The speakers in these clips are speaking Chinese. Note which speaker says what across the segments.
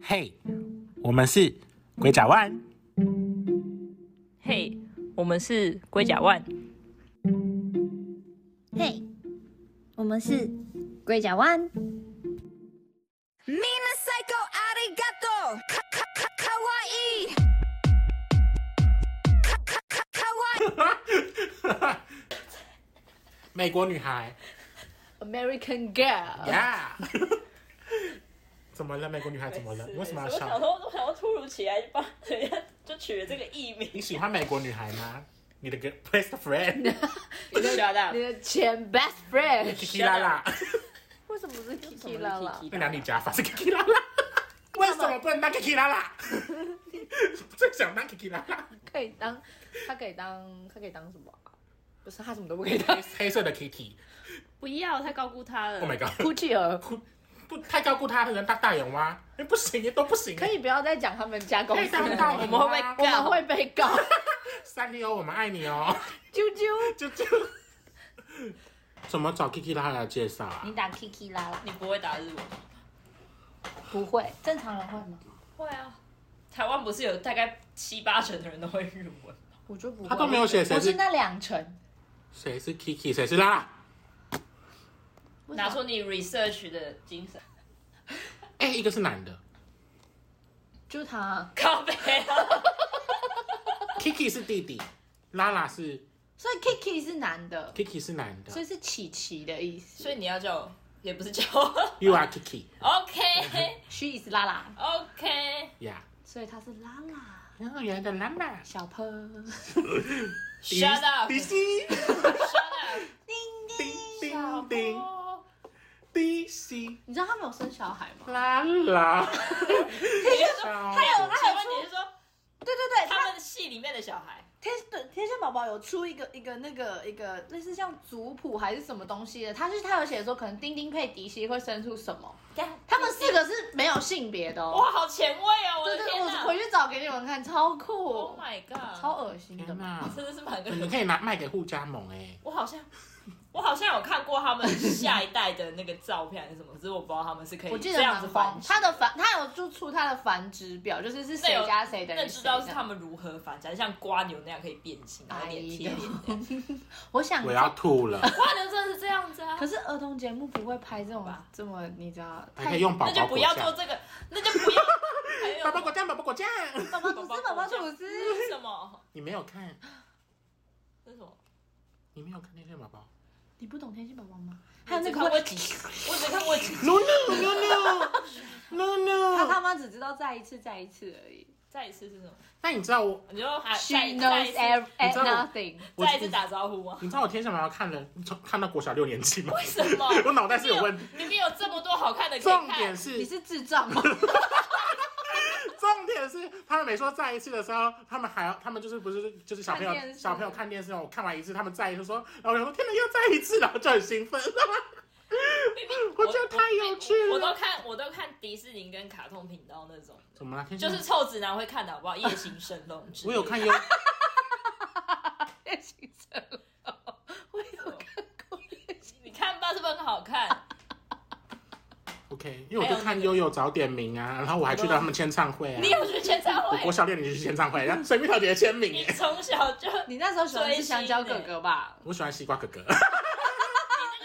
Speaker 1: 嘿、我们是龟甲万，
Speaker 2: 嘿、我们是龟甲万，
Speaker 3: 嘿，我们是龟甲湾。
Speaker 1: 美国女孩
Speaker 4: American Girl，
Speaker 1: 呀。怎么了？美国女孩怎么了？你为什么要
Speaker 2: 我想
Speaker 1: 笑？
Speaker 2: 说，我想要突如其来就帮 人家就取了这个艺名，
Speaker 1: 你喜欢美国女孩吗？你的 girl- best friend
Speaker 2: 你就晓得
Speaker 4: 你的前 best friend，
Speaker 1: Kiki 啦啦，
Speaker 4: 为什么是 Kiki 啦啦？
Speaker 1: 那两你假发是 Kiki 啦啦，为什么不能当 Kiki 啦啦？最想当 Kiki 啦啦，
Speaker 4: 可以当，他可以当，他可以当什么啊？不是，他什么都不可以 当。
Speaker 1: 黑色的 Kitty。
Speaker 2: 不要太高估他了
Speaker 1: Oh my god！
Speaker 4: 哭泣儿，
Speaker 1: 不太高估他的人当大眼蛙，哎不行，都不行。
Speaker 4: 可以不要再讲他们家公
Speaker 1: 可以
Speaker 4: 司，
Speaker 1: 当大眼蛙，
Speaker 2: 我们会不会
Speaker 4: 我们会被告。
Speaker 1: 三丽鸥，我们爱你哦。
Speaker 4: 啾啾，
Speaker 1: 就就怎么找 Kiki 拉来介绍啊？
Speaker 3: 打 Kiki 啦啦，
Speaker 2: 你不会打日文？
Speaker 4: 不会，
Speaker 3: 正常人会吗？
Speaker 2: 会啊，台湾不是有大概七八成的人都会日文吗？
Speaker 4: 我就不会。
Speaker 1: 他都没有写谁
Speaker 3: 不是
Speaker 1: 是
Speaker 3: 那两成，
Speaker 1: 谁是 Kiki，谁是拉拉。
Speaker 2: 拿出你 research 的精神，
Speaker 1: 哎、一个是男的
Speaker 4: 就他，
Speaker 2: 靠背啊，
Speaker 1: ，Kiki 是弟弟，拉拉是
Speaker 4: 所以 Kiki 是男的，
Speaker 1: Kiki 是男
Speaker 4: 所以
Speaker 1: 的。
Speaker 4: 是琪琪的意 思。
Speaker 2: 所以你要叫我，也不是叫 我
Speaker 1: You are Kiki，
Speaker 2: ，OK
Speaker 4: She is 拉拉，
Speaker 2: OK，
Speaker 1: 呀、
Speaker 4: 所以他是拉拉
Speaker 1: yeah.，幼儿园的拉拉。
Speaker 4: 小喷。
Speaker 2: Shut up
Speaker 1: 迪西，叮叮 叮
Speaker 2: 哦
Speaker 1: 迪西，
Speaker 4: 你知道他们有生小孩吗？
Speaker 1: 拉拉。
Speaker 2: 还有还有，请问你是说
Speaker 4: 对对对，
Speaker 2: 他们戏里面的小孩？
Speaker 4: 天对天线宝宝有出一个一个那个一个类似像族谱还是什么东西的，他是他有写说可能丁丁配迪西会生出什么，他们四个是没有性别的哦。
Speaker 2: 哇，好前卫哦！我
Speaker 4: 对
Speaker 2: 的
Speaker 4: 对，
Speaker 2: 天
Speaker 4: 我
Speaker 2: 哪
Speaker 4: 回去找给你们看，超酷
Speaker 2: ！Oh，my god，
Speaker 4: 超恶心的
Speaker 1: 天。哪，
Speaker 2: 真的是蛮
Speaker 1: 你可以拿卖给互加盟哎、
Speaker 2: 我好像我好像有看过他们下一代的那个照片还是什么，只是我不知道他们是可
Speaker 4: 我
Speaker 2: 以
Speaker 4: 记
Speaker 2: 这
Speaker 4: 得
Speaker 2: 样
Speaker 4: 蛮
Speaker 2: 子
Speaker 4: 荒
Speaker 2: 繁，殖。
Speaker 4: 他的繁他有就出他的繁殖表，就是是谁
Speaker 2: 有
Speaker 4: 家谁等
Speaker 2: 那
Speaker 4: 于
Speaker 2: 知
Speaker 4: 谁
Speaker 2: 道是
Speaker 4: 这
Speaker 2: 他
Speaker 4: 样。
Speaker 2: 们如何繁殖，像瓜牛那样可以变性，然后
Speaker 4: 哎
Speaker 2: 脸贴脸那样。
Speaker 4: 我想
Speaker 1: 我要吐 了，
Speaker 2: 瓜牛真的是这样子啊
Speaker 4: 可！是儿童节目不会拍这种
Speaker 2: 吧
Speaker 4: 这么你知道？
Speaker 1: 还可以用宝
Speaker 2: 那就
Speaker 1: 宝
Speaker 2: 不
Speaker 1: 果
Speaker 2: 要做
Speaker 1: 酱。
Speaker 2: 这个，那就不要。哎还有
Speaker 1: 宝宝果酱，宝宝果酱，
Speaker 4: 宝宝吐司，宝宝吐司。
Speaker 2: 是什么？
Speaker 1: 你没有看，
Speaker 2: 这是什么？
Speaker 1: 你没有看那天宝宝。
Speaker 4: 你不懂天线宝宝吗？还
Speaker 2: 我
Speaker 4: 有
Speaker 2: 只
Speaker 4: 那个
Speaker 2: 看
Speaker 4: 会
Speaker 2: 过几，我只看过几集。
Speaker 1: No no no no no
Speaker 4: 他
Speaker 1: no。
Speaker 4: 他妈只知道再一次再一次而已。
Speaker 2: 再一次是什么？
Speaker 1: 那你知道我，
Speaker 2: 你就还
Speaker 4: She
Speaker 2: 啊再再一
Speaker 4: knows
Speaker 2: 次
Speaker 4: ev-
Speaker 1: 你知道
Speaker 4: nothing。
Speaker 1: 我
Speaker 2: 再一次打招呼吗？
Speaker 1: 你知道我天想要看了，从看到国小六年级吗？？
Speaker 2: 为什么
Speaker 1: 我脑袋是有问题。
Speaker 2: 里面有。里面有这么多好看的可以看，
Speaker 1: 重点是
Speaker 4: 你，是智障 吗？
Speaker 1: 重点是，他们每说再一次的时候，他们还要，他们就是不是就是小朋
Speaker 4: 看
Speaker 1: 友
Speaker 4: 电视
Speaker 1: 小朋友看电视，哦我看完一次，他们再一次说，然后我想说天哪，又再一次，然后就很兴 奋。
Speaker 2: 明明
Speaker 1: 我觉得太有趣了
Speaker 2: 我都看我都看迪士尼跟卡通频道那种，
Speaker 1: 怎么了？天
Speaker 2: 就
Speaker 1: 上
Speaker 2: 是臭直男会看的好不好？夜行神龙之类
Speaker 1: 我有
Speaker 2: 的
Speaker 4: 啊
Speaker 1: 看优，
Speaker 4: 变形成了，我有看过。
Speaker 2: 你看吧，是不是很 好
Speaker 1: 哎
Speaker 2: 看？
Speaker 1: OK，因为我就看悠悠早点名啊，然后我还去到他们签唱会啊
Speaker 2: 你。有去签唱
Speaker 1: 我
Speaker 2: 会？
Speaker 1: 小练你去签唱会，然后水蜜桃姐姐签名
Speaker 2: 你
Speaker 1: 耶。
Speaker 2: 从小 就你
Speaker 4: 你那时候喜欢吃香蕉哥哥吧？
Speaker 1: 我喜欢西瓜哥哥。
Speaker 4: 哦
Speaker 2: 那个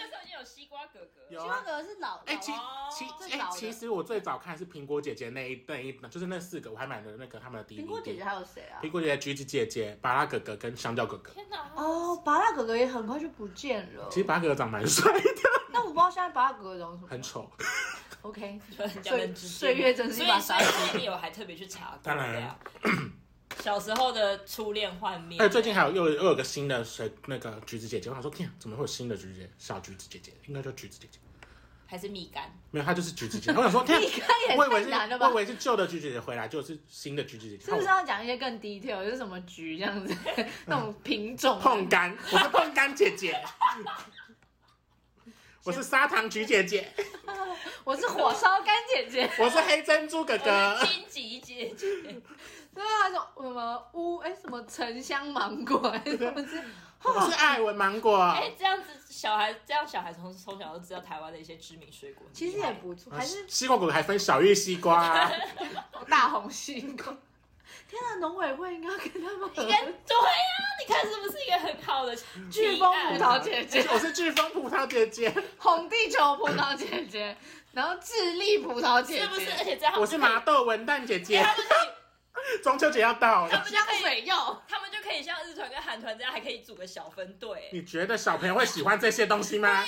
Speaker 2: 时候已经有西瓜哥哦哥，
Speaker 1: 有啊
Speaker 4: 西瓜哥哥是老哦
Speaker 1: 哎、
Speaker 4: 老
Speaker 1: 其其
Speaker 2: 最
Speaker 1: 哎、
Speaker 4: 早的
Speaker 1: 其实我最早看是苹果姐姐那一那一，就是那四个，我还买了那个他们的 DVD。
Speaker 4: 苹果姐姐，还有谁啊
Speaker 1: 苹？果姐姐、橘子姐姐、巴拉哥哥跟香蕉哥哥。
Speaker 2: 天哪！
Speaker 4: 哦，拔蜡哥哥也很快就不见了
Speaker 1: 其。实巴拉哥哥长蛮帅的，
Speaker 4: 但我不知道现在拔蜡哥哥长什么。
Speaker 1: 很。丑。
Speaker 4: OK，
Speaker 2: 人家人之间
Speaker 4: 岁月真是一把
Speaker 2: 所
Speaker 4: 杀
Speaker 2: 以
Speaker 4: 手
Speaker 2: 所以你有还特别去查过？
Speaker 1: 当然
Speaker 2: 对 啊。小时候的初恋幻灭
Speaker 1: 哎，，最近还有又又有个新的水那个橘子姐姐，我想说天啊，怎么会有新的橘子姐姐？小橘子姐姐应该叫橘子姐姐，
Speaker 2: 还是蜜柑，
Speaker 1: 没有，她就是橘子姐姐。我想说天啊，
Speaker 4: 你看也
Speaker 1: 我以为
Speaker 4: 太
Speaker 1: 是
Speaker 4: 难了吧
Speaker 1: 我以？为是旧的橘子姐姐回来，就是新的橘子姐哦姐。
Speaker 4: 是不嗯是要讲一些更 detail，就是什么橘这样子， 那种品种啊？
Speaker 1: 碰干，我是碰干姐姐，我是砂糖橘姐姐，
Speaker 4: 我是火烧干姐姐。
Speaker 1: 我是黑珍珠哥哥
Speaker 2: 我。是荆棘姐姐，
Speaker 4: 对啊，那种什么乌哎、什么沉香芒果还是什么之，
Speaker 1: 我是爱文芒果。
Speaker 2: 哎、这样子小孩，这样小孩从从小就知道台湾的一些知名水果。
Speaker 4: 其实也不错，还是
Speaker 1: 西瓜果还分小玉西瓜、啊，
Speaker 4: 大红西瓜。 天啊，农委会应该要跟他们
Speaker 2: 应该对呀、你看是不是一个很好的
Speaker 1: 嗯
Speaker 4: 飓风葡萄姐姐
Speaker 1: 而且我是飓风葡萄姐姐，
Speaker 4: 红地球葡萄姐姐，然后智利葡萄姐姐，
Speaker 2: 是不是？而且这样他 们
Speaker 1: 我是
Speaker 2: 就可以哎
Speaker 1: 麻豆文旦姐 姐
Speaker 2: 他。们就可以
Speaker 1: 中秋节要到了，
Speaker 4: 香水柚？
Speaker 2: 他们就可以像日团跟韩团这样，还可以组个小分队。
Speaker 1: 你觉得小朋友会喜欢这些东西吗？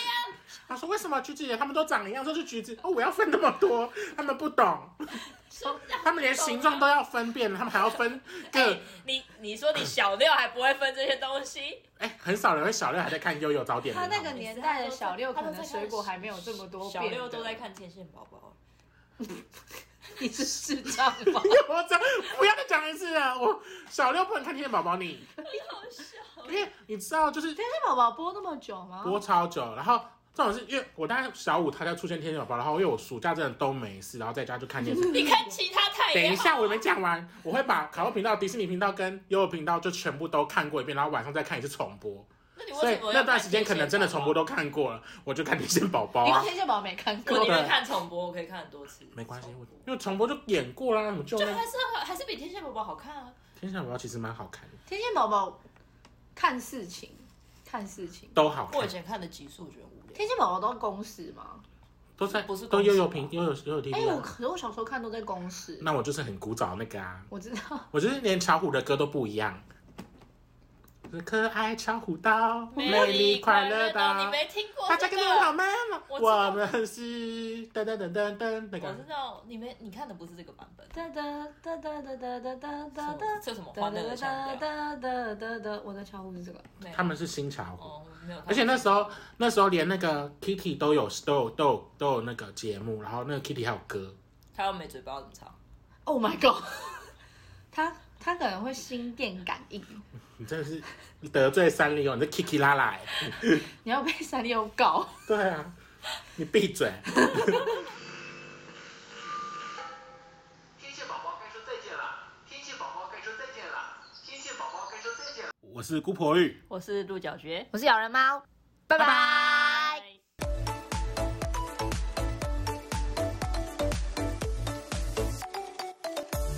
Speaker 1: 他说为什么橘子也他们都长一样，就是橘子哦，我要分那么多，他们不懂，他们连形状都要分辨，他们还要分各
Speaker 2: 哎，你你说你小六还不会分这些东西，
Speaker 1: 哎、很少人会小六还在看悠悠早点名
Speaker 4: 他
Speaker 1: 哦。
Speaker 4: 那个年代的小六，可能水果还没有这么多
Speaker 2: 小
Speaker 4: 变。
Speaker 2: 六都在，看天线宝宝。
Speaker 4: 你 是智障吗？
Speaker 1: 我这 不要再讲一次了，我小六不能看天线宝宝你，
Speaker 2: 好笑。
Speaker 1: 因为你知道就是
Speaker 4: 天线宝宝播那么久吗？
Speaker 1: 播超久，然后这种是因为我大概小五他才出现天线宝宝，然后因为我暑假真的都没事，然后在家就看电视。
Speaker 2: 你看其他台也
Speaker 1: 等一
Speaker 2: 好
Speaker 1: 下，我没讲完，我会把卡通频道、迪士尼频道跟优乐频道就全部都看过一遍，然后晚上再看一次重播。
Speaker 2: 那你为
Speaker 1: 所以
Speaker 2: 什么要
Speaker 1: 那段时间可能真的重播
Speaker 2: 都。
Speaker 1: 都看过了，我就看《天线宝宝》
Speaker 4: 因为
Speaker 1: 啊，
Speaker 4: 天线宝宝没看
Speaker 2: 我
Speaker 4: 过
Speaker 2: 宁。愿看重播，我可以看很多次。
Speaker 1: 没关系，我因为重播就演过啦，我就
Speaker 2: 就
Speaker 1: 那《
Speaker 2: 还是很还是比天线宝宝好看啊。
Speaker 1: 天线宝宝》其实蛮好看的，
Speaker 4: 天线宝宝看事情，看事情。
Speaker 1: 都好
Speaker 2: 我
Speaker 1: 看
Speaker 2: 以，前看的集数我觉得无聊。
Speaker 4: 天线宝宝都公司吗？
Speaker 1: 都在
Speaker 2: 不是
Speaker 1: 都
Speaker 2: 公司
Speaker 1: 悠悠
Speaker 2: 吧
Speaker 1: 频悠悠悠悠 TV
Speaker 4: 哎、我
Speaker 1: 啊。
Speaker 4: 可是我小时候看都在公司。
Speaker 1: 那我就是很古早那个啊，
Speaker 4: 我知道，
Speaker 1: 我就是连巧虎的歌都不一样。可爱巧虎刀，美丽快乐
Speaker 2: 到你
Speaker 1: 刀，
Speaker 2: 没听过
Speaker 1: 大家
Speaker 2: 这
Speaker 1: 跟
Speaker 2: 哦个
Speaker 1: 着我好吗？
Speaker 2: 我知道
Speaker 1: 我们是噔噔噔噔噔那个
Speaker 2: 我。知道你没你看的不是这个版本。
Speaker 4: 哒哒哒哒哒哒哒
Speaker 2: 什
Speaker 4: 哒哒
Speaker 2: 么
Speaker 4: 哒。
Speaker 2: 这什么
Speaker 4: 哒
Speaker 2: 欢
Speaker 4: 哒
Speaker 2: 乐的
Speaker 4: 哒
Speaker 2: 腔调？
Speaker 4: 哒哒哒哒，我的巧虎是这个，
Speaker 2: 没有
Speaker 1: 他们是新茶壶，
Speaker 2: 哦，没有看过。
Speaker 1: 而且那时候那时候连那个 Kitty 都有都有都有都有那个节目，然后那个 Kitty 还有歌，
Speaker 2: 台湾没嘴巴怎么唱？
Speaker 4: Oh my god！他他可能会心电感应，
Speaker 1: 你真的是得罪三哦丽鸥，你是 Kitty 拉来，
Speaker 4: 你要被三六告。
Speaker 1: 对啊，你闭嘴，
Speaker 5: 天线宝宝该说再见了，天线宝宝该说再见了，天线宝宝该说再见了。
Speaker 1: 我是姑婆玉。
Speaker 2: 我是鹿角蕨。
Speaker 3: 我是咬人猫，拜拜。